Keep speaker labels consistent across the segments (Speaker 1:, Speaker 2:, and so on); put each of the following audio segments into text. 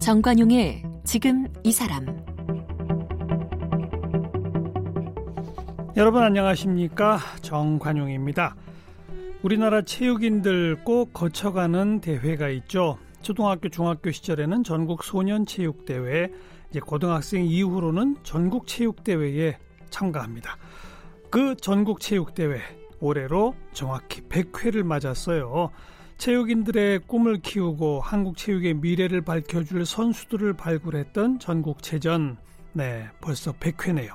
Speaker 1: 정관용의 지금 이 사람
Speaker 2: 여러분 안녕하십니까 정관용입니다. 우리나라 체육인들 꼭 거쳐가는 대회가 있죠. 초등학교 중학교 시절에는 전국 소년 체육 대회, 이제 고등학생 이후로는 전국 체육 대회에 참가합니다. 그 전국 체육 대회 올해로 정확히 100회를 맞았어요. 체육인들의 꿈을 키우고 한국 체육의 미래를 밝혀줄 선수들을 발굴했던 전국체전. 네, 벌써 100회네요.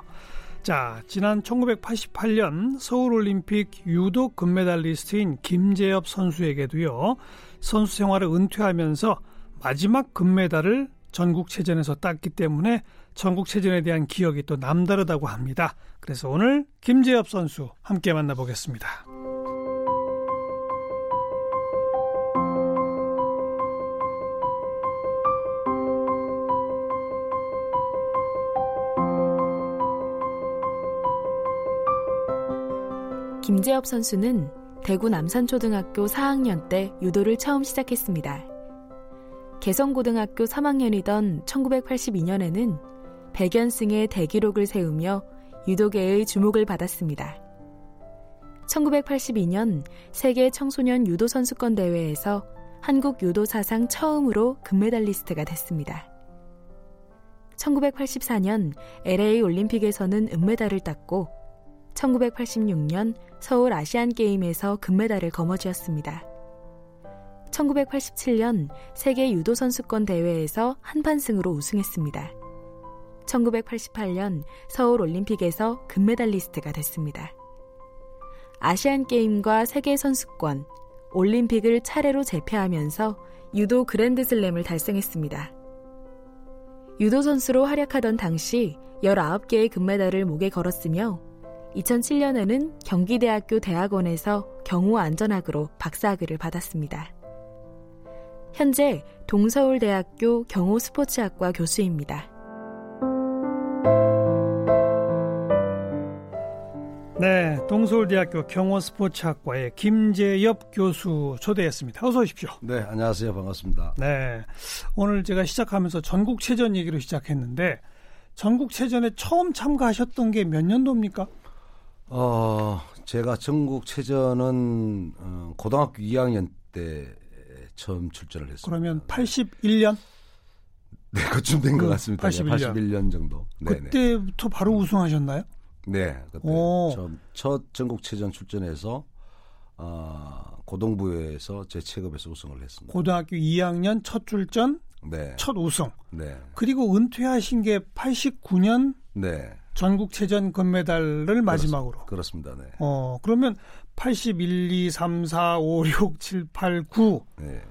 Speaker 2: 자, 지난 1988년 서울올림픽 유도 금메달리스트인 김재엽 선수에게도요, 선수 생활을 은퇴하면서 마지막 금메달을 전국체전에서 땄기 때문에 전국체전에 대한 기억이 또 남다르다고 합니다. 그래서 오늘 김재엽 선수 함께 만나보겠습니다.
Speaker 1: 김재엽 선수는 대구 남산초등학교 4학년 때 유도를 처음 시작했습니다. 개성고등학교 3학년이던 1982년에는 100연승의 대기록을 세우며 유도계의 주목을 받았습니다. 1982년 세계 청소년 유도 선수권 대회에서 한국 유도 사상 처음으로 금메달리스트가 됐습니다. 1984년 LA 올림픽에서는 은메달을 땄고 1986년 서울 아시안 게임에서 금메달을 거머쥐었습니다. 1987년 세계 유도 선수권 대회에서 한판승으로 우승했습니다. 1988년 서울 올림픽에서 금메달리스트가 됐습니다. 아시안 게임과 세계 선수권, 올림픽을 차례로 제패하면서 유도 그랜드슬램을 달성했습니다. 유도 선수로 활약하던 당시 19개의 금메달을 목에 걸었으며 2007년에는 경기대학교 대학원에서 경호 안전학으로 박사학위를 받았습니다. 현재 동서울대학교 경호 스포츠학과 교수입니다.
Speaker 2: 네, 동서울대학교 경호스포츠학과의 김재엽 교수 초대했습니다. 어서 오십시오.
Speaker 3: 네, 안녕하세요. 반갑습니다.
Speaker 2: 네, 오늘 제가 시작하면서 전국체전 얘기로 시작했는데 전국체전에 처음 참가하셨던 게 몇 년도입니까?
Speaker 3: 어, 제가 전국체전은 어, 고등학교 2학년 때 처음 출전을 했습니다.
Speaker 2: 그러면 81년?
Speaker 3: 네, 그쯤 된 것 같습니다.
Speaker 2: 81년.
Speaker 3: 81년 정도. 네, 네.
Speaker 2: 그때부터 바로 우승하셨나요?
Speaker 3: 네, 그때
Speaker 2: 오.
Speaker 3: 처음 첫 전국체전 출전해서 어, 고등부에서 제 체급에서 우승을 했습니다.
Speaker 2: 고등학교 2학년 첫 출전,
Speaker 3: 네,
Speaker 2: 첫 우승.
Speaker 3: 네,
Speaker 2: 그리고 은퇴하신 게 89년
Speaker 3: 네,
Speaker 2: 전국체전 금메달을 마지막으로.
Speaker 3: 그렇습니다. 네,
Speaker 2: 어, 그러면 81, 2, 3, 4, 5, 6, 7, 8, 9.
Speaker 3: 네.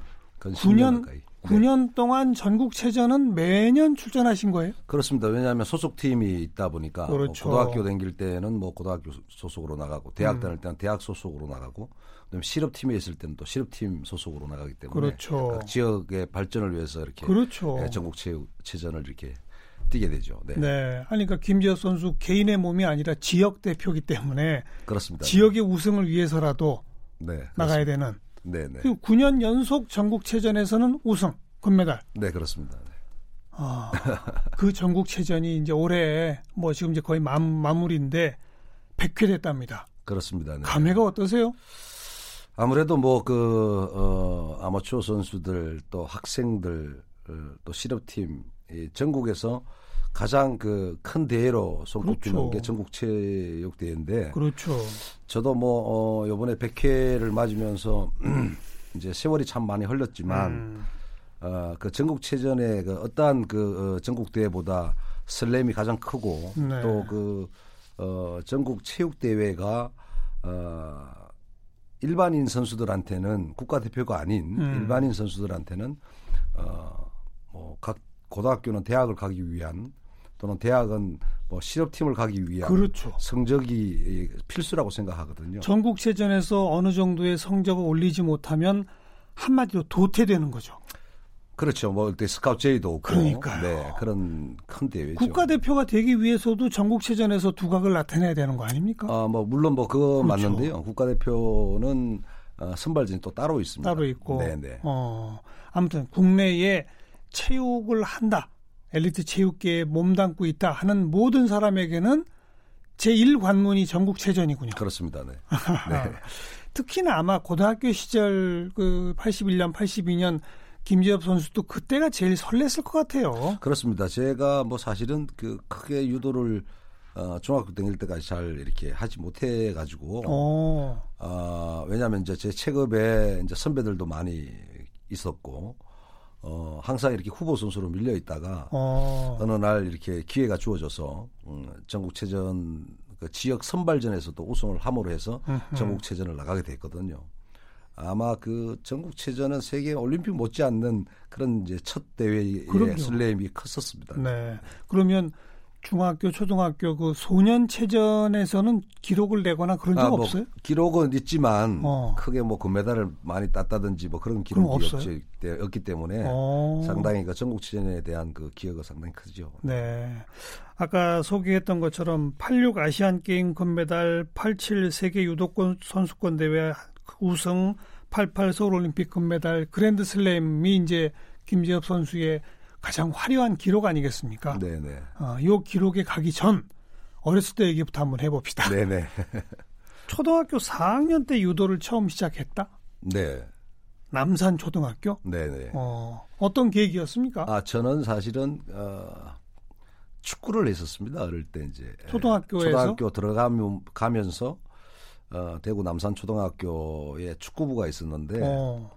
Speaker 3: 근
Speaker 2: 9년,
Speaker 3: 10년 가까이. 네.
Speaker 2: 9년 동안 전국체전은 매년 출전하신 거예요?
Speaker 3: 그렇습니다. 왜냐하면 소속팀이 있다 보니까 뭐
Speaker 2: 그렇죠.
Speaker 3: 고등학교 다닐 때는 뭐 고등학교 소- 소속으로 나가고 대학 다닐 때는 대학 소속으로 나가고 그다음에 실업팀에 있을 때는 또 실업팀 소속으로 나가기 때문에
Speaker 2: 그렇죠.
Speaker 3: 각 지역의 발전을 위해서 이렇게
Speaker 2: 그렇죠.
Speaker 3: 네. 예, 전국 체육 체전을 이렇게 뛰게 되죠. 네,
Speaker 2: 네. 아니, 그러니까 김지혁 선수 개인의 몸이 아니라 지역 대표기 때문에
Speaker 3: 그렇습니다.
Speaker 2: 지역의 우승을 위해서라도
Speaker 3: 네,
Speaker 2: 나가야 되는.
Speaker 3: 네, 네,
Speaker 2: 그리고 9년 연속 전국체전에서는 우승, 금메달.
Speaker 3: 네, 그렇습니다. 네.
Speaker 2: 아, 그 전국체전이 이제 올해 뭐 지금 이제 거의 마, 마무리인데 100회 됐답니다.
Speaker 3: 그렇습니다. 네.
Speaker 2: 감회가 어떠세요?
Speaker 3: 아무래도 뭐 그 어, 아마추어 선수들 또 학생들 어, 또 실업팀 이 전국에서 가장 그 큰 대회로
Speaker 2: 그렇죠.
Speaker 3: 손꼽히는 게 전국체육대회인데
Speaker 2: 그렇죠.
Speaker 3: 저도 뭐 어, 이번에 100회를 맞으면서 이제 세월이 참 많이 흘렀지만
Speaker 2: 음.
Speaker 3: 어, 그 전국체전의 그 어떠한 그 어, 전국대회보다 슬램이 가장 크고
Speaker 2: 네.
Speaker 3: 또 그 어, 전국체육대회가 어, 일반인 선수들한테는 국가대표가 아닌
Speaker 2: 음.
Speaker 3: 일반인 선수들한테는 어, 뭐 각 고등학교는 대학을 가기 위한 또는 대학은 뭐 실업팀을 가기 위한
Speaker 2: 그렇죠.
Speaker 3: 성적이 필수라고 생각하거든요.
Speaker 2: 전국체전에서 어느 정도의 성적을 올리지 못하면 한마디로 도태되는 거죠.
Speaker 3: 그렇죠. 뭐 그때 스카우트 제의도 없고
Speaker 2: 그러니까요.
Speaker 3: 네, 그런 큰 대회죠.
Speaker 2: 국가대표가 되기 위해서도 전국체전에서 두각을 나타내야 되는 거 아닙니까?
Speaker 3: 아, 뭐 물론 뭐 그거
Speaker 2: 그렇죠.
Speaker 3: 맞는데요. 국가대표는 어, 선발전이 또 따로 있습니다.
Speaker 2: 따로 있고.
Speaker 3: 네, 네.
Speaker 2: 어, 아무튼 국내에 체육을 한다. 엘리트 체육계에 몸담고 있다 하는 모든 사람에게는 제1 관문이 전국 체전이군요.
Speaker 3: 그렇습니다. 네.
Speaker 2: 특히나 아마 고등학교 시절 그 81년, 82년 김재엽 선수도 그때가 제일 설렜을 것 같아요.
Speaker 3: 그렇습니다. 제가 뭐 사실은 그 크게 유도를 어, 중학교 다닐 때까지 잘 이렇게 하지 못해 가지고
Speaker 2: 어.
Speaker 3: 아 왜냐하면 이제 제 체급에 이제 선배들도 많이 있었고 어, 항상 이렇게 후보 선수로 밀려 있다가
Speaker 2: 어.
Speaker 3: 어느 날 이렇게 기회가 주어져서 음, 전국체전 그 지역 선발전에서도 우승을 함으로 해서 전국체전을 나가게 됐거든요. 아마 그 전국체전은 세계 올림픽 못지않는 그런 이제 첫 대회의
Speaker 2: 그럼요.
Speaker 3: 슬램이 컸었습니다.
Speaker 2: 네. 그러면 중학교, 초등학교 그 소년 체전에서는 기록을 내거나 그런 적
Speaker 3: 아, 뭐
Speaker 2: 없어요?
Speaker 3: 기록은 있지만
Speaker 2: 어.
Speaker 3: 크게 뭐 금메달을 많이 땄다든지 뭐 그런
Speaker 2: 그럼
Speaker 3: 기록이
Speaker 2: 없어요?
Speaker 3: 없지, 때- 없기 때문에
Speaker 2: 어.
Speaker 3: 네. 상당히 그 전국체전에 대한 그 기여가 상당히 크죠.
Speaker 2: 네. 아까 소개했던 것처럼 86 아시안 게임 금메달, 87 세계 유도권 선수권 대회 우승, 88 서울 올림픽 금메달, 그랜드 슬램이 이제 김재엽 선수의 가장 화려한 기록 아니겠습니까?
Speaker 3: 네네.
Speaker 2: 어, 요 기록에 가기 전 어렸을 때 얘기부터 한번 해봅시다.
Speaker 3: 네네.
Speaker 2: 초등학교 4학년 때 유도를 처음 시작했다.
Speaker 3: 네.
Speaker 2: 남산 초등학교.
Speaker 3: 네네.
Speaker 2: 어, 어떤 계기였습니까?
Speaker 3: 아 저는 사실은 어, 축구를 했었습니다 어릴 때 이제 예,
Speaker 2: 초등학교에서?
Speaker 3: 초등학교 들어가면 가면서 어, 대구 남산 초등학교에 축구부가 있었는데
Speaker 2: 어,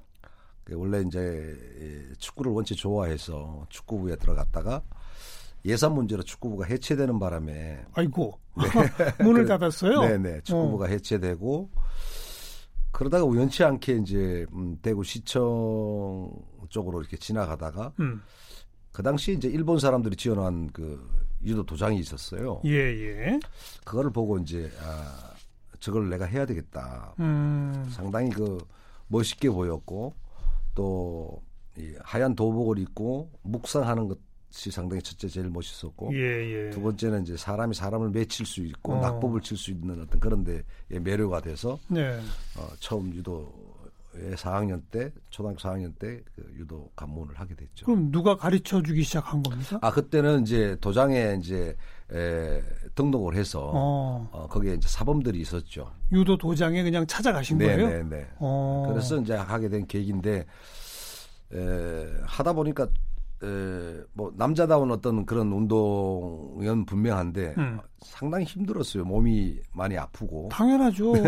Speaker 3: 그 원래 이제 이 축구를 원체 좋아해서 축구부에 들어갔다가 예산 문제로 축구부가 해체되는 바람에
Speaker 2: 아이고 문을 닫았어요.
Speaker 3: 네. 그 네네 축구부가 해체되고 그러다가 우연치 않게 이제 음, 대구 시청 쪽으로 이렇게 지나가다가
Speaker 2: 음,
Speaker 3: 그 당시 이제 일본 사람들이 지어놓은 그 유도 도장이 있었어요.
Speaker 2: 예 예.
Speaker 3: 그거를 보고 이제 아 저걸 내가 해야 되겠다.
Speaker 2: 음,
Speaker 3: 상당히 그 멋있게 보였고 또 이 하얀 도복을 입고 묵상하는 것이 상당히 첫째 제일 멋있었고
Speaker 2: 예 예.
Speaker 3: 두 번째는 이제 사람이 사람을 맺힐 수 있고
Speaker 2: 어.
Speaker 3: 낙법을 칠 수 있는 어떤 그런 데에 매료가 돼서
Speaker 2: 네.
Speaker 3: 어, 처음 유도의 4학년 때 초등학교 4학년 때그 유도 관문을 하게 됐죠.
Speaker 2: 그럼 누가 가르쳐 주기 시작한 겁니까?
Speaker 3: 아 그때는 이제 도장에 이제 에, 등록을 해서
Speaker 2: 어,
Speaker 3: 어, 거기에 이제 사범들이 있었죠.
Speaker 2: 유도 도장에 그냥 찾아가신 거예요?
Speaker 3: 네.
Speaker 2: 어,
Speaker 3: 그래서 이제 하게 된 계기인데 에, 하다 보니까 에, 뭐 남자다운 어떤 그런 운동은 분명한데
Speaker 2: 음.
Speaker 3: 상당히 힘들었어요. 몸이 많이 아프고
Speaker 2: 당연하죠.
Speaker 3: 네.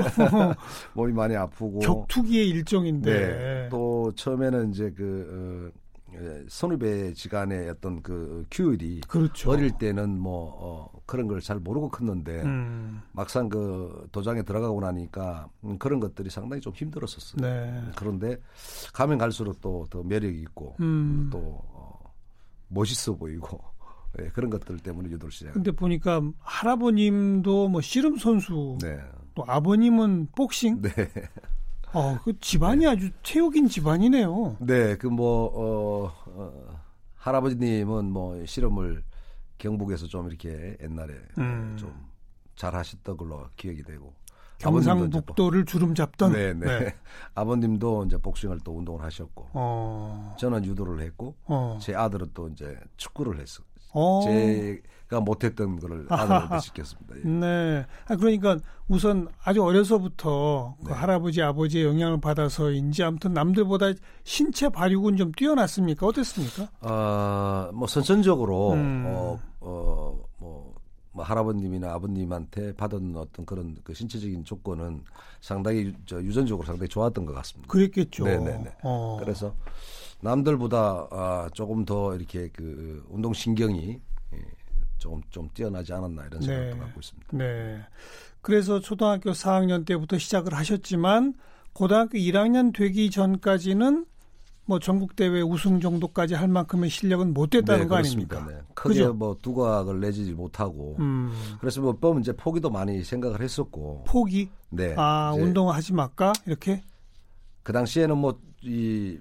Speaker 3: 몸이 많이 아프고
Speaker 2: 격투기의 일종인데.
Speaker 3: 뭐. 네. 또 처음에는 이제 그 어, 에, 선후배 지간의 어떤 그 규율이
Speaker 2: 그렇죠.
Speaker 3: 어릴 때는 뭐 어, 그런 걸 잘 모르고 컸는데
Speaker 2: 음,
Speaker 3: 막상 그 도장에 들어가고 나니까 음, 그런 것들이 상당히 좀 힘들었었어요.
Speaker 2: 네.
Speaker 3: 그런데 가면 갈수록 또 더 매력이 있고
Speaker 2: 음.
Speaker 3: 또 어, 멋있어 보이고 예, 그런 것들 때문에 유도를 시작.
Speaker 2: 근데 보니까 할아버님도 뭐 씨름 선수,
Speaker 3: 네,
Speaker 2: 또 아버님은 복싱.
Speaker 3: 네,
Speaker 2: 어, 그 집안이 아주 체육인 집안이네요.
Speaker 3: 네. 그뭐 어, 어, 할아버지님은 뭐 실험을 경북에서 좀 이렇게 옛날에
Speaker 2: 음.
Speaker 3: 좀 잘하셨던 걸로 기억이 되고. 아버님도 이제 뭐 복-
Speaker 2: 경상북도를 주름 잡던.
Speaker 3: 네, 네. 아버님도 이제 복싱을 또 운동을 하셨고,
Speaker 2: 어,
Speaker 3: 저는 유도를 했고,
Speaker 2: 어,
Speaker 3: 제 아들은 또 이제 축구를 했어.
Speaker 2: 어.
Speaker 3: 제가 못했던 거를 아들한테 시켰습니다. 예.
Speaker 2: 네. 아, 그러니까 우선 아주 어려서부터 그
Speaker 3: 네.
Speaker 2: 할아버지, 아버지의 영향을 받아서인지 아무튼 남들보다 신체 발육은 좀 뛰어났습니까? 어땠습니까?
Speaker 3: 어, 뭐 선천적으로
Speaker 2: 음.
Speaker 3: 어, 어, 뭐, 뭐 할아버님이나 아버님한테 받은 어떤 그런 그 신체적인 조건은 상당히 유, 저 유전적으로 상당히 좋았던 것 같습니다.
Speaker 2: 그랬겠죠.
Speaker 3: 네네네. 그렇죠.
Speaker 2: 어.
Speaker 3: 그래서 남들보다 아, 조금 더 이렇게 그 운동 신경이 예, 조금 좀 뛰어나지 않았나 이런 생각도
Speaker 2: 네.
Speaker 3: 갖고 있습니다.
Speaker 2: 네. 그래서 초등학교 4학년 때부터 시작을 하셨지만 고등학교 1학년 되기 전까지는 뭐 전국 대회 우승 정도까지 할 만큼의 실력은 못 됐다는
Speaker 3: 네,
Speaker 2: 거
Speaker 3: 그렇습니다.
Speaker 2: 아닙니까?
Speaker 3: 네. 크게
Speaker 2: 그죠?
Speaker 3: 뭐 두각을 내지 못하고
Speaker 2: 음.
Speaker 3: 그래서 뭐 뻔, 이제 포기도 많이 생각을 했었고.
Speaker 2: 포기.
Speaker 3: 네.
Speaker 2: 아,
Speaker 3: 이제
Speaker 2: 운동하지 말까? 이렇게.
Speaker 3: 그 당시에는 뭐 이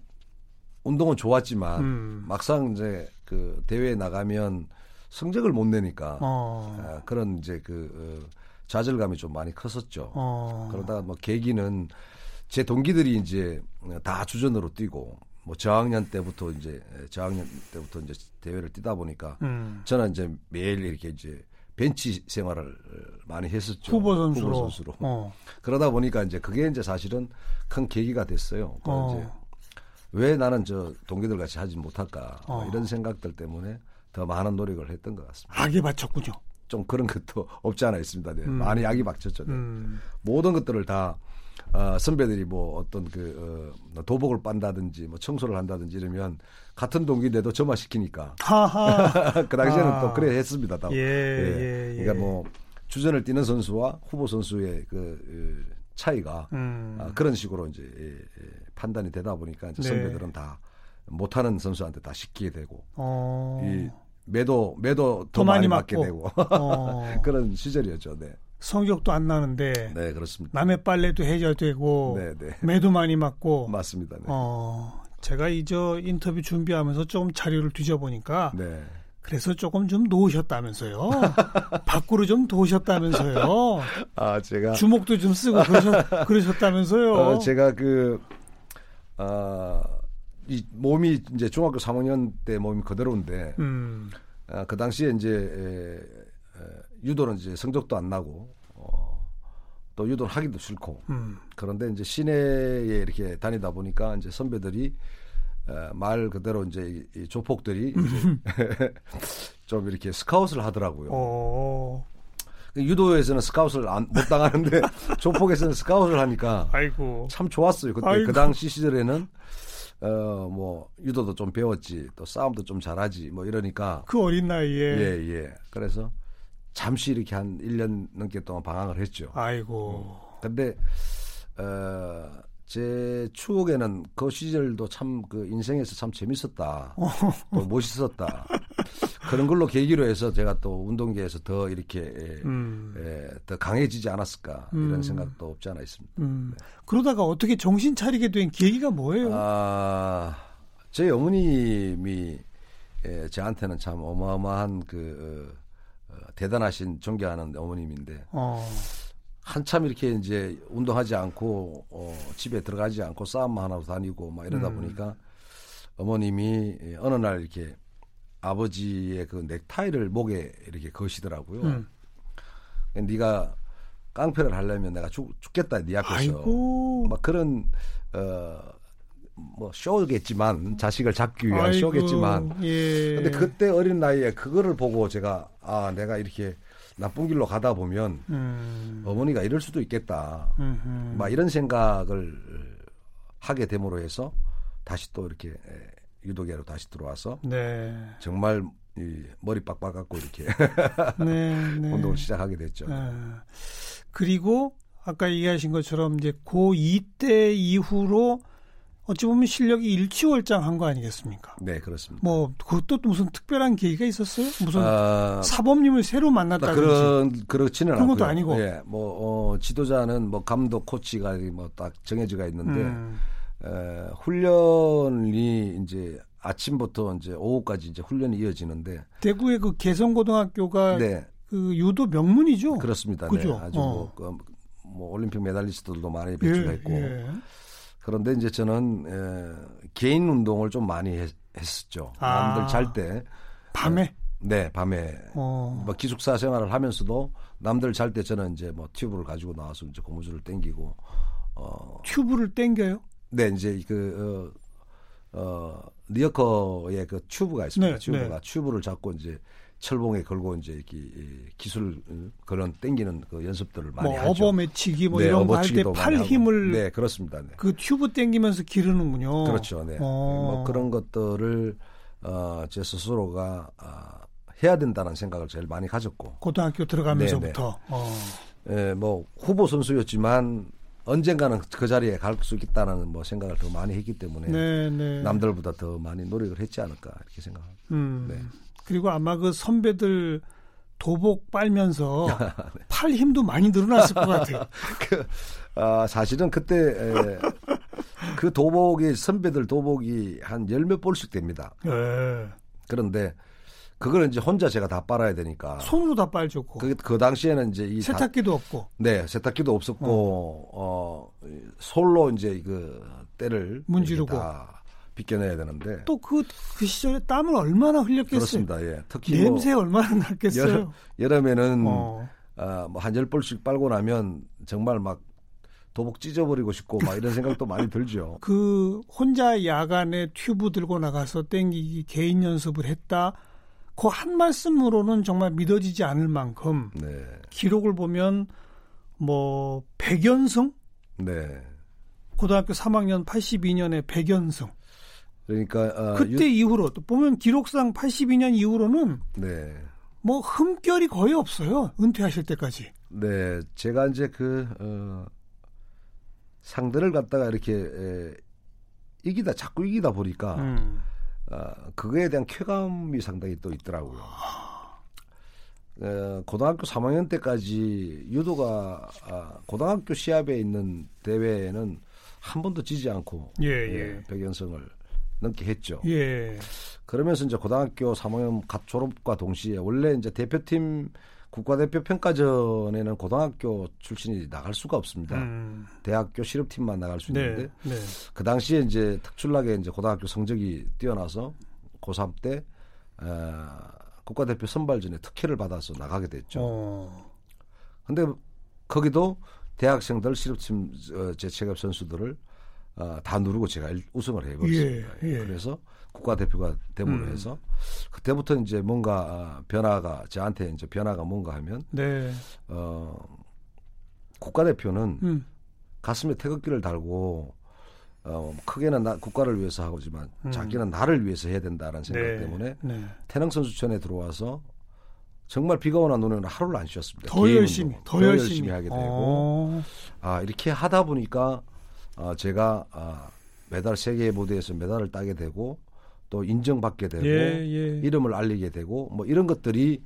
Speaker 3: 운동은 좋았지만
Speaker 2: 음.
Speaker 3: 막상 이제 그 대회에 나가면 성적을 못 내니까
Speaker 2: 어.
Speaker 3: 아, 그런 이제 그 어, 좌절감이 좀 많이 컸었죠.
Speaker 2: 어.
Speaker 3: 그러다가 뭐 계기는 제 동기들이 이제 다 주전으로 뛰고 뭐 저학년 때부터 이제 저학년 때부터 이제 대회를 뛰다 보니까
Speaker 2: 음.
Speaker 3: 저는 이제 매일 이렇게 이제 벤치 생활을 많이 했었죠.
Speaker 2: 후보 선수로. 어.
Speaker 3: 그러다 보니까 이제 그게 이제 사실은 큰 계기가 됐어요. 그
Speaker 2: 어.
Speaker 3: 이제 왜 나는 저 동기들 같이 하지 못할까 뭐
Speaker 2: 어.
Speaker 3: 이런 생각들 때문에 더 많은 노력을 했던 것 같습니다.
Speaker 2: 악에 맞췄군요.
Speaker 3: 좀 그런 것도 없지 않아 있습니다. 네.
Speaker 2: 음.
Speaker 3: 많이 약이 박쳤죠. 네.
Speaker 2: 음.
Speaker 3: 모든 것들을 다 어, 선배들이 뭐 어떤 그 어, 도복을 빤다든지 뭐 청소를 한다든지 이러면 같은 동기인데도 점화 시키니까
Speaker 2: 하하.
Speaker 3: 그 당시에는
Speaker 2: 아.
Speaker 3: 또 그래 했습니다. 다.
Speaker 2: 예, 예, 예.
Speaker 3: 네. 그러니까 뭐 주전을 뛰는 선수와 후보 선수의 그 어, 차이가
Speaker 2: 음.
Speaker 3: 아, 그런 식으로 이제 예, 예, 판단이 되다 보니까 이제
Speaker 2: 네.
Speaker 3: 선배들은 다 못하는 선수한테 다 시키게 되고
Speaker 2: 어.
Speaker 3: 이 매도 매도 더,
Speaker 2: 더 많이
Speaker 3: 많이 맞게
Speaker 2: 맞고.
Speaker 3: 되고
Speaker 2: 어.
Speaker 3: 그런 시절이었죠. 네,
Speaker 2: 성적도 안 나는데
Speaker 3: 네 그렇습니다.
Speaker 2: 남의 빨래도 해결되고
Speaker 3: 네, 네.
Speaker 2: 매도 많이 맞고
Speaker 3: 맞습니다. 네.
Speaker 2: 어, 제가 이 저 인터뷰 준비하면서 조금 자료를 뒤져보니까
Speaker 3: 네.
Speaker 2: 그래서 조금 좀 놓으셨다면서요. 밖으로 좀 도셨다면서요.
Speaker 3: 아 제가
Speaker 2: 주목도 좀 쓰고 그러셨, 그러셨다면서요.
Speaker 3: 어, 제가 그 아, 이 몸이 이제 중학교 3학년 때 몸이 그대로인데
Speaker 2: 음,
Speaker 3: 아, 그 당시에 이제 에, 에, 유도는 이제 성적도 안 나고 어, 또 유도를 하기도 싫고
Speaker 2: 음,
Speaker 3: 그런데 이제 시내에 이렇게 다니다 보니까 이제 선배들이 어, 말 그대로 이제 이, 이 조폭들이 이제 좀 이렇게 스카웃을 하더라고요. 그
Speaker 2: 어,
Speaker 3: 유도에서는 스카웃을 안, 못 당하는데 조폭에서는 스카웃을 하니까
Speaker 2: 아이고,
Speaker 3: 참 좋았어요. 그때
Speaker 2: 아이고.
Speaker 3: 그 당시 시절에는 어 뭐 유도도 좀 배웠지 또 싸움도 좀 잘하지 뭐 이러니까
Speaker 2: 그 어린 나이에,
Speaker 3: 예, 예. 그래서 잠시 이렇게 한 1년 넘게 동안 방황을 했죠.
Speaker 2: 아이고,
Speaker 3: 근데 어, 제 추억에는 그 시절도 참 그 인생에서 참 재밌었다. 또 멋있었다. 그런 걸로 계기로 해서 제가 또 운동계에서 더 이렇게 예,
Speaker 2: 음,
Speaker 3: 예, 더 강해지지 않았을까
Speaker 2: 음.
Speaker 3: 이런 생각도 없지 않아 있습니다.
Speaker 2: 음. 그러다가 어떻게 정신 차리게 된 계기가 뭐예요?
Speaker 3: 아, 제 어머님이 예, 저한테는 참 어마어마한 그 어, 대단하신 존경하는 어머님인데
Speaker 2: 어,
Speaker 3: 한참 이렇게 이제 운동하지 않고 어, 집에 들어가지 않고 싸움만 하고 다니고 막 이러다
Speaker 2: 음.
Speaker 3: 보니까 어머님이 예, 어느 날 이렇게 아버지의 그 넥타이를 목에 이렇게 거시더라고요.
Speaker 2: 음.
Speaker 3: 네가 깡패를 하려면 내가 죽, 죽겠다 네 앞에서
Speaker 2: 아이고,
Speaker 3: 막 그런 어, 어뭐 쇼겠지만 자식을 잡기 위한
Speaker 2: 아이고,
Speaker 3: 쇼겠지만
Speaker 2: 예.
Speaker 3: 근데 그때 어린 나이에 그거를 보고 제가 아 내가 이렇게 나쁜 길로 가다 보면
Speaker 2: 음,
Speaker 3: 어머니가 이럴 수도 있겠다
Speaker 2: 음,
Speaker 3: 막 이런 생각을 하게 됨으로 해서 다시 또 이렇게 에, 유도계로 다시 들어와서
Speaker 2: 네,
Speaker 3: 정말 이 머리 빡빡 갖고 이렇게
Speaker 2: 음. 네, 네.
Speaker 3: 운동을 시작하게 됐죠.
Speaker 2: 아, 그리고 아까 얘기하신 것처럼 이제 고2 때 이후로 어찌 보면 실력이 일취월장한 거 아니겠습니까?
Speaker 3: 네 그렇습니다.
Speaker 2: 뭐 그것도 또 무슨 특별한 계기가 있었어요? 무슨
Speaker 3: 아,
Speaker 2: 사범님을 새로 만났다든지
Speaker 3: 그런 그렇지는
Speaker 2: 그런
Speaker 3: 않고요.
Speaker 2: 것도 아니고.
Speaker 3: 예, 뭐 어, 지도자는 뭐 감독, 코치가 뭐 딱 정해져가 있는데
Speaker 2: 음,
Speaker 3: 에, 훈련이 이제 아침부터 이제 오후까지 이제 훈련이 이어지는데
Speaker 2: 대구의 그 개성고등학교가
Speaker 3: 네
Speaker 2: 그 유도 명문이죠.
Speaker 3: 그렇습니다.
Speaker 2: 그죠?
Speaker 3: 네, 아주
Speaker 2: 어.
Speaker 3: 뭐, 그, 뭐 올림픽 메달리스트들도 많이 배출했고
Speaker 2: 예.
Speaker 3: 그런데 이제 저는 에, 개인 운동을 좀 많이 했, 었죠
Speaker 2: 아.
Speaker 3: 남들 잘 때,
Speaker 2: 밤에
Speaker 3: 네 밤에
Speaker 2: 어,
Speaker 3: 뭐 기숙사 생활을 하면서도 남들 잘 때 저는 이제 뭐 튜브를 가지고 나와서 이제 고무줄을 당기고 어,
Speaker 2: 튜브를 땡겨요.
Speaker 3: 네 이제 그 어, 어, 리어커의 그 튜브가
Speaker 2: 네,
Speaker 3: 있습니다. 튜브가
Speaker 2: 네.
Speaker 3: 튜브를 잡고 이제 철봉에 걸고 이제 이렇게 이 기술 어, 그런 당기는 그 연습들을 많이
Speaker 2: 뭐
Speaker 3: 하죠.
Speaker 2: 어버매치기 뭐
Speaker 3: 네,
Speaker 2: 이런 거 할
Speaker 3: 업어치기도
Speaker 2: 때 팔
Speaker 3: 많이 하고.
Speaker 2: 힘을
Speaker 3: 네 그렇습니다. 네.
Speaker 2: 그 튜브 땡기면서 기르는군요.
Speaker 3: 그렇죠. 네.
Speaker 2: 어.
Speaker 3: 뭐 그런 것들을 어, 제 스스로가 아, 해야 된다는 생각을 제일 많이 가졌고
Speaker 2: 고등학교 들어가면서부터.
Speaker 3: 네,
Speaker 2: 어.
Speaker 3: 예, 뭐 후보 선수였지만 언젠가는 그 자리에 갈 수 있다는 뭐 생각을 더 많이 했기 때문에
Speaker 2: 네, 네.
Speaker 3: 남들보다 더 많이 노력을 했지 않을까 이렇게 생각합니다.
Speaker 2: 음.
Speaker 3: 네.
Speaker 2: 그리고 아마 그 선배들 도복 빨면서
Speaker 3: 네.
Speaker 2: 팔 힘도 많이 늘어났을 것 같아요.
Speaker 3: 그, 아, 사실은 그때 에, 그 도복이 선배들 도복이 한 열 몇 볼씩 됩니다.
Speaker 2: 예.
Speaker 3: 그런데 그걸 이제 혼자 제가 다 빨아야 되니까
Speaker 2: 손으로 다 빨줬고
Speaker 3: 그, 그 당시에는 이제 이 다-
Speaker 2: 세탁기도 없고
Speaker 3: 네, 세탁기도 없었고 어, 이 솔로 이제 그 때를
Speaker 2: 문지르고.
Speaker 3: 다 빗겨내야 되는데
Speaker 2: 또 그 그 시절에 땀을 얼마나 흘렸겠어요.
Speaker 3: 그렇습니다. 예. 특히 뭐
Speaker 2: 냄새 얼마나 났겠어요.
Speaker 3: 여름, 여름에는
Speaker 2: 어.
Speaker 3: 아, 뭐한 열벌씩 빨고 나면 정말 막 도복 찢어버리고 싶고 막 이런 생각도 많이 들죠.
Speaker 2: 그 혼자 야간에 튜브 들고 나가서 땡기기 개인 연습을 했다. 그 한 말씀으로는 정말 믿어지지 않을 만큼
Speaker 3: 네.
Speaker 2: 기록을 보면 뭐 100연승
Speaker 3: 네.
Speaker 2: 고등학교 3학년 82년에 100연승
Speaker 3: 그러니까 아,
Speaker 2: 그때
Speaker 3: 유-
Speaker 2: 이후로 또 보면 기록상 82년 이후로는
Speaker 3: 네.
Speaker 2: 뭐 흠결이 거의 없어요 은퇴하실 때까지
Speaker 3: 네, 제가 이제 그 어, 상대를 갖다가 이렇게 에, 이기다 자꾸 이기다 보니까
Speaker 2: 음.
Speaker 3: 아, 그거에 대한 쾌감이 상당히 또 있더라고요. 에, 고등학교 3학년 때까지 유도가 아, 고등학교 시합에 있는 대회에는 한 번도 지지 않고
Speaker 2: 예, 예.
Speaker 3: 백연승을 넘게 했죠.
Speaker 2: 예
Speaker 3: 그러면서 이제 고등학교 3학년 갓 졸업과 동시에 원래 이제 대표팀 국가대표 평가전에는 고등학교 출신이 나갈 수가 없습니다.
Speaker 2: 음.
Speaker 3: 대학교 실업팀만 나갈 수 있는데
Speaker 2: 네, 네.
Speaker 3: 그 당시에 이제 특출나게 이제 고등학교 성적이 뛰어나서 고3 때 어, 국가대표 선발전에 특혜를 받아서 나가게 됐죠.
Speaker 2: 어.
Speaker 3: 근데 거기도 대학생들 실업팀 어, 재체급 선수들을 어, 다 누르고 제가 일- 우승을 해버렸습니다.
Speaker 2: 예, 예.
Speaker 3: 그래서 국가대표가 대모로
Speaker 2: 음.
Speaker 3: 해서 그때부터 이제 뭔가 아, 변화가 저한테 이제 변화가 뭔가 하면
Speaker 2: 네.
Speaker 3: 어, 국가대표는
Speaker 2: 음.
Speaker 3: 가슴에 태극기를 달고 어, 크게는 나- 국가를 위해서 하고지만 작게는 나를 위해서 해야 된다는 생각
Speaker 2: 음. 네.
Speaker 3: 때문에
Speaker 2: 네.
Speaker 3: 태릉 선수촌에 들어와서 정말 비가 오나 눈에는 하루를 안 쉬었습니다.
Speaker 2: 더
Speaker 3: 개인
Speaker 2: 열심히,
Speaker 3: 운동을.
Speaker 2: 더 열심히.
Speaker 3: 하게 되고
Speaker 2: 어.
Speaker 3: 아 이렇게 하다 보니까 아, 제가 아, 메달 세계 무대에서 메달을 따게 되고 또 인정받게 되고
Speaker 2: 예, 예.
Speaker 3: 이름을 알리게 되고 뭐 이런 것들이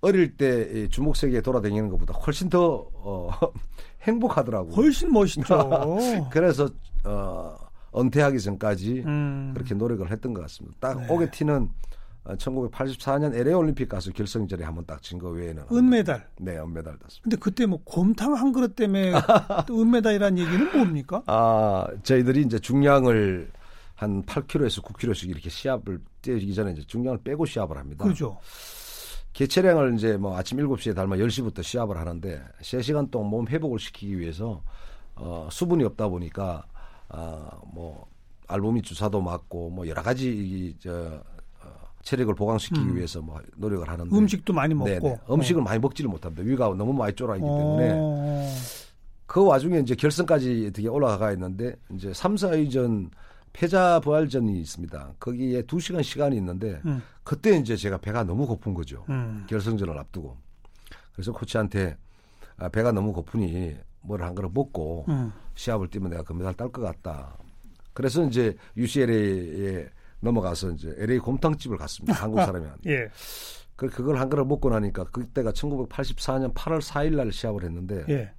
Speaker 3: 어릴 때이 주목 세계에 돌아다니는 것보다 훨씬 더 어, 행복하더라고요.
Speaker 2: 훨씬 멋있죠.
Speaker 3: 그래서 어, 은퇴하기 전까지
Speaker 2: 음.
Speaker 3: 그렇게 노력을 했던 것 같습니다. 딱
Speaker 2: 네.
Speaker 3: 오게티는 1984년 LA 올림픽 가서 결승전에 한번 딱 진 거 외에는
Speaker 2: 은메달.
Speaker 3: 네 은메달 땄습니다.
Speaker 2: 근데 그때 뭐 곰탕 한 그릇 때문에 또 은메달이라는 얘기는 뭡니까?
Speaker 3: 아 저희들이 이제 중량을 한 8kg에서 9kg씩 이렇게 시합을 뛰기 전에 이제 중량을 빼고 시합을 합니다.
Speaker 2: 그죠.
Speaker 3: 개체량을 이제 뭐 아침 7시에 닮아 10시부터 시합을 하는데 3시간 동안 몸 회복을 시키기 위해서 어, 수분이 없다 보니까 아, 뭐 알부민 주사도 맞고 뭐 여러 가지 이, 저, 어, 체력을 보강시키기 위해서 뭐 노력을 하는데
Speaker 2: 음. 음식도 많이 먹고.
Speaker 3: 네네. 음식을 많이 먹지를 못합니다. 위가 너무 많이 쫄아 있기
Speaker 2: 어.
Speaker 3: 때문에
Speaker 2: 어.
Speaker 3: 그 와중에 이제 결승까지 어떻게 올라가 있는데 이제 3, 4위전 패자 부활전이 있습니다. 거기에 2시간 시간이 있는데
Speaker 2: 음.
Speaker 3: 그때 이제 제가 배가 너무 고픈 거죠.
Speaker 2: 음.
Speaker 3: 결승전을 앞두고 그래서 코치한테 아, 배가 너무 고프니 뭘 한 그릇 먹고
Speaker 2: 음.
Speaker 3: 시합을 뛰면 내가 금메달 딸 것 같다. 그래서 이제 UCLA에 넘어가서 이제 LA 곰탕집을 갔습니다. 한국 사람이 한.
Speaker 2: 예.
Speaker 3: 그 그걸 한 그릇 먹고 나니까 그때가 1984년 8월 4일 날 시합을 했는데
Speaker 2: 예.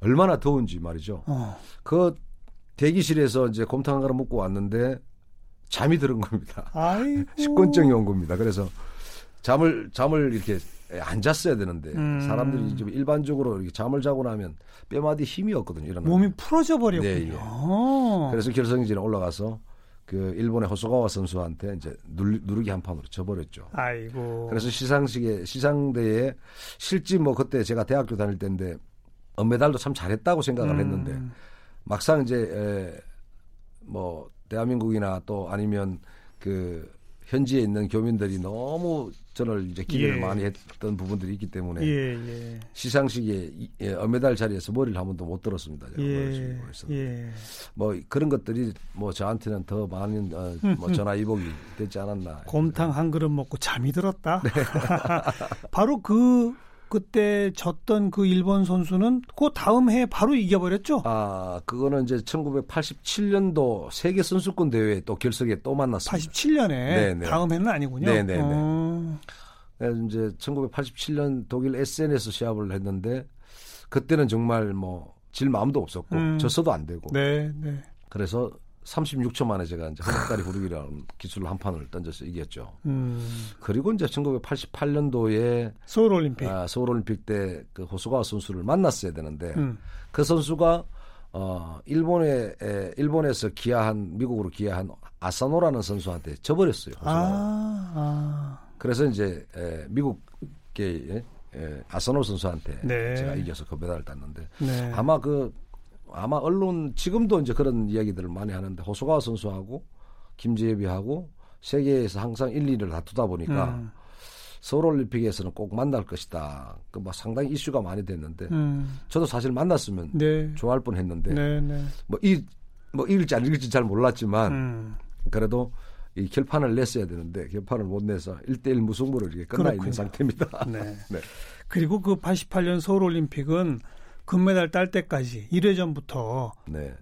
Speaker 3: 얼마나 더운지 말이죠.
Speaker 2: 어.
Speaker 3: 그 대기실에서 이제 곰탕 한 그릇 먹고 왔는데 잠이 들은 겁니다.
Speaker 2: 아이고.
Speaker 3: 식곤증이 온 겁니다. 그래서 잠을 잠을 이렇게 안 잤어야 되는데
Speaker 2: 음.
Speaker 3: 사람들이 좀 일반적으로 이렇게 잠을 자고 나면 뼈마디 힘이 없거든요. 일어나.
Speaker 2: 몸이 풀어져 버렸군요.
Speaker 3: 네, 예.
Speaker 2: 어.
Speaker 3: 그래서 결승전에 올라가서 그 일본의 호소가와 선수한테 이제 누르, 누르기 한 판으로 져버렸죠.
Speaker 2: 아이고.
Speaker 3: 그래서 시상식에 시상대에 실제 뭐 그때 제가 대학교 다닐 때인데 은메달도 참 잘했다고 생각을
Speaker 2: 음.
Speaker 3: 했는데 막상 이제 에, 뭐 대한민국이나 또 아니면 그 현지에 있는 교민들이 너무 저를 이제 기대를
Speaker 2: 예.
Speaker 3: 많이 했던 부분들이 있기 때문에
Speaker 2: 예,
Speaker 3: 네,
Speaker 2: 예.
Speaker 3: 시상식에 이- 예, 은메달 자리에서 머리를 한 번도 못 들었습니다.
Speaker 2: 예.
Speaker 3: 제가 머리를 숙이고 해서.
Speaker 2: 예.
Speaker 3: 뭐 그런 것들이 뭐 저한테는 더 많은 어,
Speaker 2: 음.
Speaker 3: 뭐 전화 이복이 되지 않았나.
Speaker 2: 곰탕 한 그릇 먹고 잠이 들었다.
Speaker 3: 네.
Speaker 2: 바로 그 그때 졌던 그 일본 선수는 그 다음 해에 바로 이겨버렸죠.
Speaker 3: 아 그거는 이제 1987년도 세계 선수권 대회 또 결석에 또 만났습니다.
Speaker 2: 87년에
Speaker 3: 네, 네.
Speaker 2: 다음 해는 아니군요.
Speaker 3: 네, 네, 네.
Speaker 2: 어,
Speaker 3: 그래서 네, 이제 1987년 독일 SN에서 시합을 했는데 그때는 정말 뭐 질 마음도 없었고
Speaker 2: 음.
Speaker 3: 졌어도 안 되고
Speaker 2: 네, 네.
Speaker 3: 그래서 36초 만에 제가 이제 한국다리 부르기라는 기술로 한 판을 던져서 이겼죠.
Speaker 2: 음,
Speaker 3: 그리고 이제 1988년도에
Speaker 2: 서울 올림픽.
Speaker 3: 아, 서울올림픽 때 그 호수가 선수를 만났어야 되는데
Speaker 2: 음.
Speaker 3: 그 선수가 어, 일본에 에, 일본에서 기아한 미국으로 기아한 아사노라는 선수한테 져버렸어요. 호주가.
Speaker 2: 아, 아.
Speaker 3: 그래서 이제 에, 미국계 에, 아사노 선수한테
Speaker 2: 네.
Speaker 3: 제가 이겨서 그 금메달을 땄는데
Speaker 2: 네.
Speaker 3: 아마 그 아마 언론 지금도 이제 그런 이야기들을 많이 하는데 호소가와 선수하고 김재비하고 세계에서 항상 1, 2를 다투다 보니까
Speaker 2: 음.
Speaker 3: 서울 올림픽에서는 꼭 만날 것이다. 그 막 상당히 이슈가 많이 됐는데
Speaker 2: 음.
Speaker 3: 저도 사실 만났으면
Speaker 2: 네.
Speaker 3: 좋아할 뻔했는데
Speaker 2: 네, 네.
Speaker 3: 뭐이뭐 읽을지 안 읽을지 잘 몰랐지만
Speaker 2: 음.
Speaker 3: 그래도 이 결판을 냈어야 되는데 결판을 못 내서 1대1 무승부로 이렇게 끝나
Speaker 2: 그렇군요.
Speaker 3: 있는 상태입니다.
Speaker 2: 네.
Speaker 3: 네.
Speaker 2: 그리고 그 88년 서울 올림픽은 금메달 딸 때까지 1회전부터
Speaker 3: 네.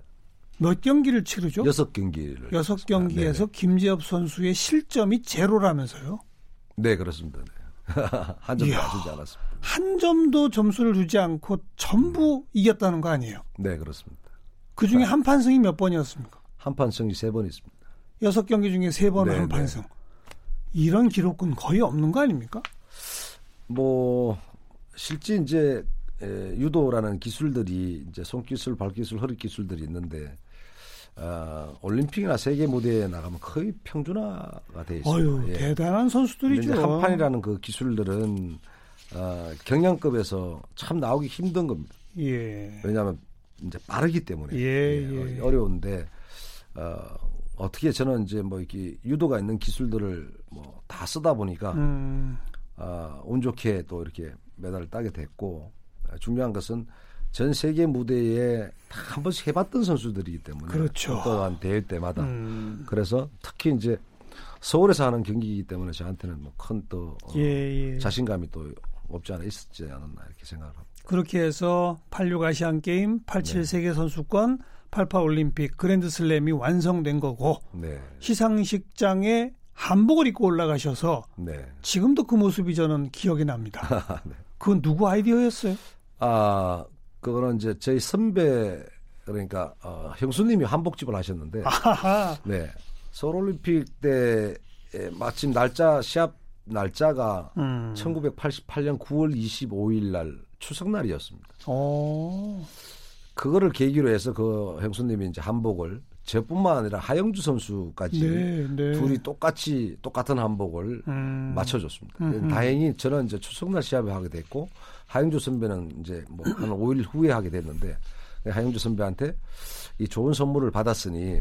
Speaker 2: 몇 경기를 치르죠?
Speaker 3: 여섯 경기를
Speaker 2: 여섯 경기에서 김재엽 선수의 실점이 제로라면서요?
Speaker 3: 네, 그렇습니다. 네. 한 점도
Speaker 2: 이야.
Speaker 3: 아주지 않았습니다.
Speaker 2: 한 점도 점수를 주지 않고 전부 이겼다는 거 아니에요?
Speaker 3: 네, 그렇습니다.
Speaker 2: 그 중에
Speaker 3: 아.
Speaker 2: 한 판승이 몇 번이었습니까?
Speaker 3: 한판 승리 세 번 있습니다.
Speaker 2: 여섯 경기 중에 세 번
Speaker 3: 네,
Speaker 2: 한
Speaker 3: 네.
Speaker 2: 판승. 이런 기록은 거의 없는 거 아닙니까?
Speaker 3: 뭐 실제 이제 에, 유도라는 기술들이 이제 손기술, 발기술, 허리 기술들이 있는데 아, 올림픽이나 세계 무대에 나가면 거의 평준화가 돼 있습니다.
Speaker 2: 어유
Speaker 3: 예.
Speaker 2: 대단한
Speaker 3: 근데 이제
Speaker 2: 선수들이죠.
Speaker 3: 한판이라는 그 기술들은 어, 경량급에서 참 나오기 힘든 겁니다.
Speaker 2: 예.
Speaker 3: 왜냐하면 이제 빠르기 때문에
Speaker 2: 예,
Speaker 3: 예,
Speaker 2: 예.
Speaker 3: 어- 어려운데 어, 어떻게 저는 이제 뭐 이렇게 유도가 있는 기술들을 뭐 다 쓰다 보니까
Speaker 2: 음,
Speaker 3: 아, 운 좋게 또 이렇게 메달을 따게 됐고 아, 중요한 것은 전 세계 무대에 다 한 번씩 해봤던 선수들이기 때문에
Speaker 2: 그렇죠.
Speaker 3: 어떠한 대회 때마다
Speaker 2: 음.
Speaker 3: 그래서 특히 이제 서울에서 하는 경기이기 때문에 저한테는 뭐 큰또 어,
Speaker 2: 예, 예.
Speaker 3: 자신감이 또 없지 않아 있었지 않았나 이렇게 생각을 합니다.
Speaker 2: 그렇게 해서 86 아시안 게임,
Speaker 3: 네.
Speaker 2: 87 세계 선수권, 88 올림픽 그랜드 슬램이 완성된 거고
Speaker 3: 네,
Speaker 2: 시상식장에 한복을 입고 올라가셔서
Speaker 3: 네.
Speaker 2: 지금도 그 모습이 저는 기억이 납니다. 그건 누구 아이디어였어요?
Speaker 3: 아 그거는 이제 저희 선배 그러니까 어, 형수님이 한복집을 하셨는데
Speaker 2: 아하.
Speaker 3: 네 서울올림픽 때 에, 마침 날짜 시합 날짜가
Speaker 2: 음.
Speaker 3: 1988년 9월 25일 날 추석날이었습니다.
Speaker 2: 어.
Speaker 3: 그거를 계기로 해서 그 형수님이 이제 한복을 저뿐만 아니라 하영주 선수까지
Speaker 2: 네, 네.
Speaker 3: 둘이 똑같이 똑같은 한복을
Speaker 2: 음.
Speaker 3: 맞춰줬습니다. 다행히 저는 이제 추석날 시합에 하게 됐고 하영주 선배는 이제 뭐 한 5일 후에 하게 됐는데 하영주 선배한테 이 좋은 선물을 받았으니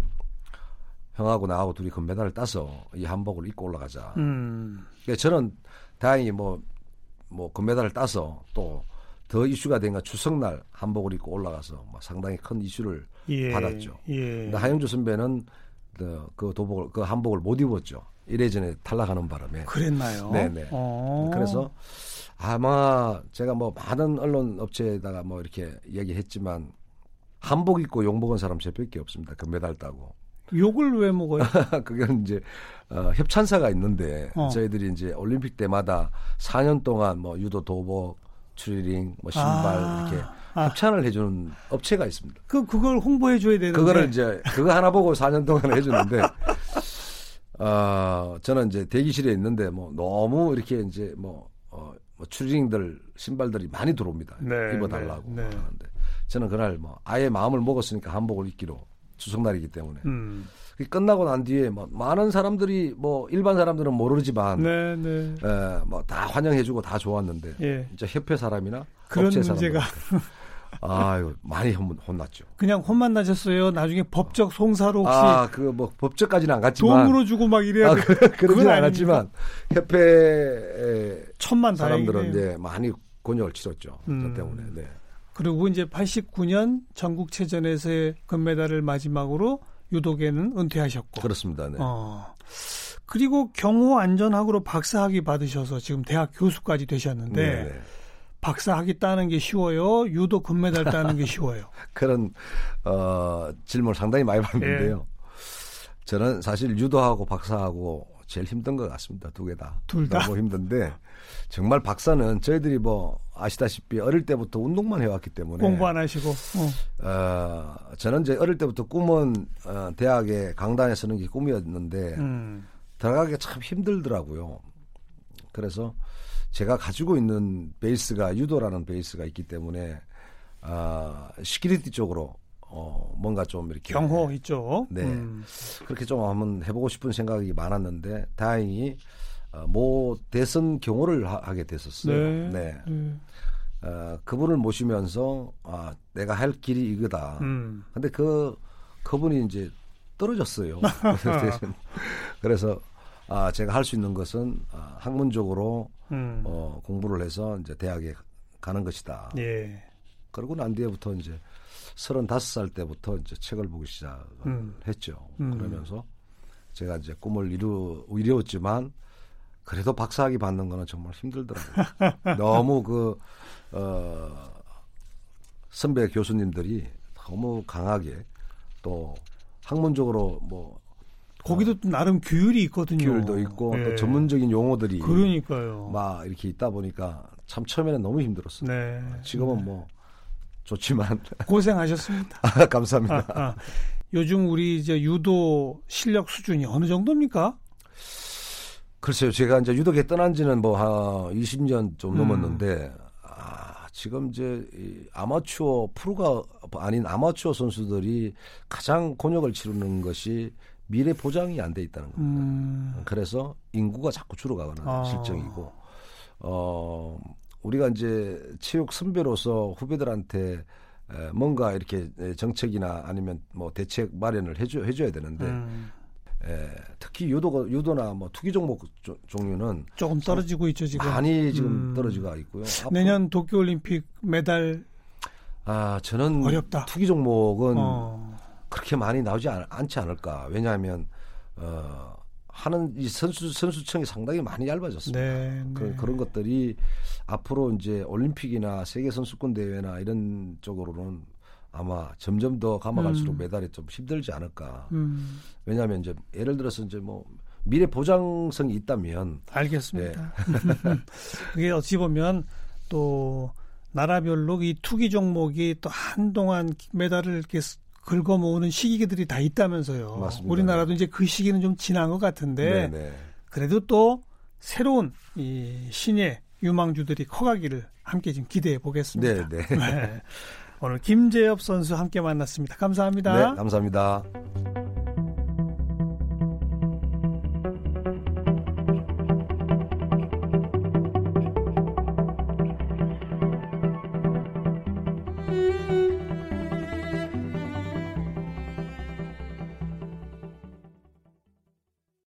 Speaker 3: 형하고 나하고 둘이 금메달을 따서 이 한복을 입고 올라가자.
Speaker 2: 음.
Speaker 3: 근데 저는 다행히 뭐, 뭐 금메달을 따서 또 더 이슈가 된건 추석날 한복을 입고 올라가서 막 상당히 큰 이슈를
Speaker 2: 예.
Speaker 3: 받았죠.
Speaker 2: 예.
Speaker 3: 근데 하영주 선배는 그, 그 도복을 그 한복을 못 입었죠. 이래전에 탈락하는 바람에.
Speaker 2: 그랬나요?
Speaker 3: 네, 네.
Speaker 2: 어.
Speaker 3: 그래서 아마 제가 뭐 많은 언론 업체에다가 뭐 이렇게 얘기했지만 한복 입고 욕 먹은 사람 제밖에 없습니다. 그 금메달 따고.
Speaker 2: 욕을 왜 먹어요?
Speaker 3: 그게 이제 어, 협찬사가 있는데
Speaker 2: 어.
Speaker 3: 저희들이 이제 올림픽 때마다 4년 동안 뭐 유도 도복, 추리링, 뭐 신발
Speaker 2: 아.
Speaker 3: 이렇게
Speaker 2: 아.
Speaker 3: 협찬을 해주는 업체가 있습니다.
Speaker 2: 그 그걸 홍보해 줘야 되는데.
Speaker 3: 그거를 이제 그거 하나 보고 4년 동안 해주는데 어, 저는 이제 대기실에 있는데 뭐 너무 이렇게 이제 뭐, 어, 뭐 추리링들 신발들이 많이 들어옵니다.
Speaker 2: 네,
Speaker 3: 입어달라고
Speaker 2: 네, 네.
Speaker 3: 하는데 저는 그날 뭐 아예 마음을 먹었으니까 한복을 입기로 추석날이기 때문에
Speaker 2: 음.
Speaker 3: 그 끝나고 난 뒤에 뭐 많은 사람들이 뭐 일반 사람들은 모르지만
Speaker 2: 네, 네.
Speaker 3: 뭐 다 환영해주고 다 좋았는데
Speaker 2: 예.
Speaker 3: 이제 협회 사람이나
Speaker 2: 그런
Speaker 3: 업체
Speaker 2: 문제가
Speaker 3: 사람들 아유 많이 혼- 혼났죠.
Speaker 2: 그냥 혼만 나셨어요. 나중에 법적 송사로 혹시
Speaker 3: 아그 뭐 법적까지는 안 갔지만
Speaker 2: 도움으로 주고 막 이래야
Speaker 3: 아,
Speaker 2: 돼.
Speaker 3: 그, 그러진
Speaker 2: 그건
Speaker 3: 않았지만 협회
Speaker 2: 천만
Speaker 3: 사람들은 예.
Speaker 2: 다행이네요.
Speaker 3: 이제 많이 곤욕을 치렀죠.
Speaker 2: 음.
Speaker 3: 저 때문에 네.
Speaker 2: 그리고 이제 89년 전국체전에서의 금메달을 마지막으로 유도계는 은퇴하셨고.
Speaker 3: 그렇습니다. 네.
Speaker 2: 어. 그리고 경호 안전학으로 박사학위 받으셔서 지금 대학 교수까지 되셨는데
Speaker 3: 네, 네.
Speaker 2: 박사학위 따는 게 쉬워요. 유도 금메달 따는 게 쉬워요.
Speaker 3: 그런 어, 질문을 상당히 많이 받는데요.
Speaker 2: 예.
Speaker 3: 저는 사실 유도하고 박사하고 제일 힘든 것 같습니다. 두 개 다.
Speaker 2: 둘 다?
Speaker 3: 너무 힘든데 정말 박사는 저희들이 뭐 아시다시피 어릴 때부터 운동만 해왔기 때문에
Speaker 2: 공부 안 하시고. 어.
Speaker 3: 어, 저는 이제 어릴 때부터 꿈은 어, 대학에 강단에 서는 게 꿈이었는데
Speaker 2: 음.
Speaker 3: 들어가기 참 힘들더라고요. 그래서 제가 가지고 있는 베이스가 유도라는 베이스가 있기 때문에 아 시큐리티 어, 쪽으로 어, 뭔가 좀 이렇게
Speaker 2: 경호 있죠.
Speaker 3: 네.
Speaker 2: 음.
Speaker 3: 그렇게 좀 한번 해보고 싶은 생각이 많았는데 다행히 어, 모 대선 경호를 하, 게
Speaker 2: 네.
Speaker 3: 됐었어요. 네.
Speaker 2: 네.
Speaker 3: 어, 그분을 모시면서 아 내가 할 길이 이거다.
Speaker 2: 음.
Speaker 3: 근데 그 그분이 이제 떨어졌어요. 그래서 대신- 그래서 아 제가 할 수 있는 것은 아, 학문적으로
Speaker 2: 음.
Speaker 3: 어, 공부를 해서 이제 대학에 가는 것이다.
Speaker 2: 예.
Speaker 3: 그러고 난 뒤에부터 이제 35살 때부터 이제 책을 보기 시작을
Speaker 2: 음.
Speaker 3: 했죠.
Speaker 2: 음.
Speaker 3: 그러면서 제가 이제 꿈을 이루, 이루었지만 그래도 박사학위 받는 거는 정말 힘들더라고요. 너무 그, 어, 선배 교수님들이 너무 강하게 또 학문적으로 뭐
Speaker 2: 거기도 또 나름 규율이 있거든요.
Speaker 3: 기율도 있고
Speaker 2: 예.
Speaker 3: 또 전문적인 용어들이
Speaker 2: 그러니까요.
Speaker 3: 막 이렇게 있다 보니까 참 처음에는 너무 힘들었어요.
Speaker 2: 네.
Speaker 3: 지금은 뭐 좋지만
Speaker 2: 고생하셨습니다.
Speaker 3: 감사합니다.
Speaker 2: 아. 요즘 우리 이제 유도 실력 수준이 어느 정도입니까?
Speaker 3: 글쎄요, 제가 이제 유독에 떠난 지는 뭐 한 20년 좀
Speaker 2: 음.
Speaker 3: 넘었는데, 아, 지금 이제 이 아마추어, 프로가 아닌 아마추어 선수들이 가장 곤욕을 치르는 것이 미래 보장이 안 돼 있다는 겁니다.
Speaker 2: 음.
Speaker 3: 그래서 인구가 자꾸 줄어가는
Speaker 2: 아.
Speaker 3: 실정이고, 어, 우리가 이제 체육 선배로서 후배들한테 에, 뭔가 이렇게 에, 정책이나 아니면 뭐 대책 마련을 해줘, 해줘야 되는데,
Speaker 2: 음.
Speaker 3: 에, 예, 특히 유도, 유도나 뭐 투기 종목 조- 종류는
Speaker 2: 조금 떨어지고 있죠, 지금.
Speaker 3: 많이 지금
Speaker 2: 음.
Speaker 3: 떨어지고 있고요. 앞으로-
Speaker 2: 내년 도쿄올림픽 메달
Speaker 3: 아 저는
Speaker 2: 어렵다.
Speaker 3: 투기 종목은
Speaker 2: 어.
Speaker 3: 그렇게 많이 나오지 않, 지 않을까. 왜냐하면 어, 하는 이 선수 선수층이 상당히 많이 얇아졌습니다.
Speaker 2: 네, 네.
Speaker 3: 그, 런 것들이 앞으로 이제 올림픽이나 세계 선수권 대회나 이런 쪽으로는 아마 점점 더 감아갈수록
Speaker 2: 음.
Speaker 3: 메달이 좀 힘들지 않을까.
Speaker 2: 음,
Speaker 3: 왜냐하면 이제 예를 들어서 이제 뭐 미래 보장성이 있다면
Speaker 2: 알겠습니다. 그게 네. 어찌 보면 또 나라별로 이 투기 종목이 또 한동안 메달을 이렇게 스- 긁어 모으는 시기들이 다 있다면서요.
Speaker 3: 맞습니다.
Speaker 2: 우리나라도 이제 그 시기는 좀 지난 것 같은데
Speaker 3: 네네.
Speaker 2: 그래도 또 새로운 이 신예 유망주들이 커가기를 함께 좀 기대해 보겠습니다.
Speaker 3: 네네.
Speaker 2: 네. 오늘 김재엽 선수 함께 만났습니다.
Speaker 3: 네,
Speaker 2: 감사합니다.
Speaker 3: 감사합니다.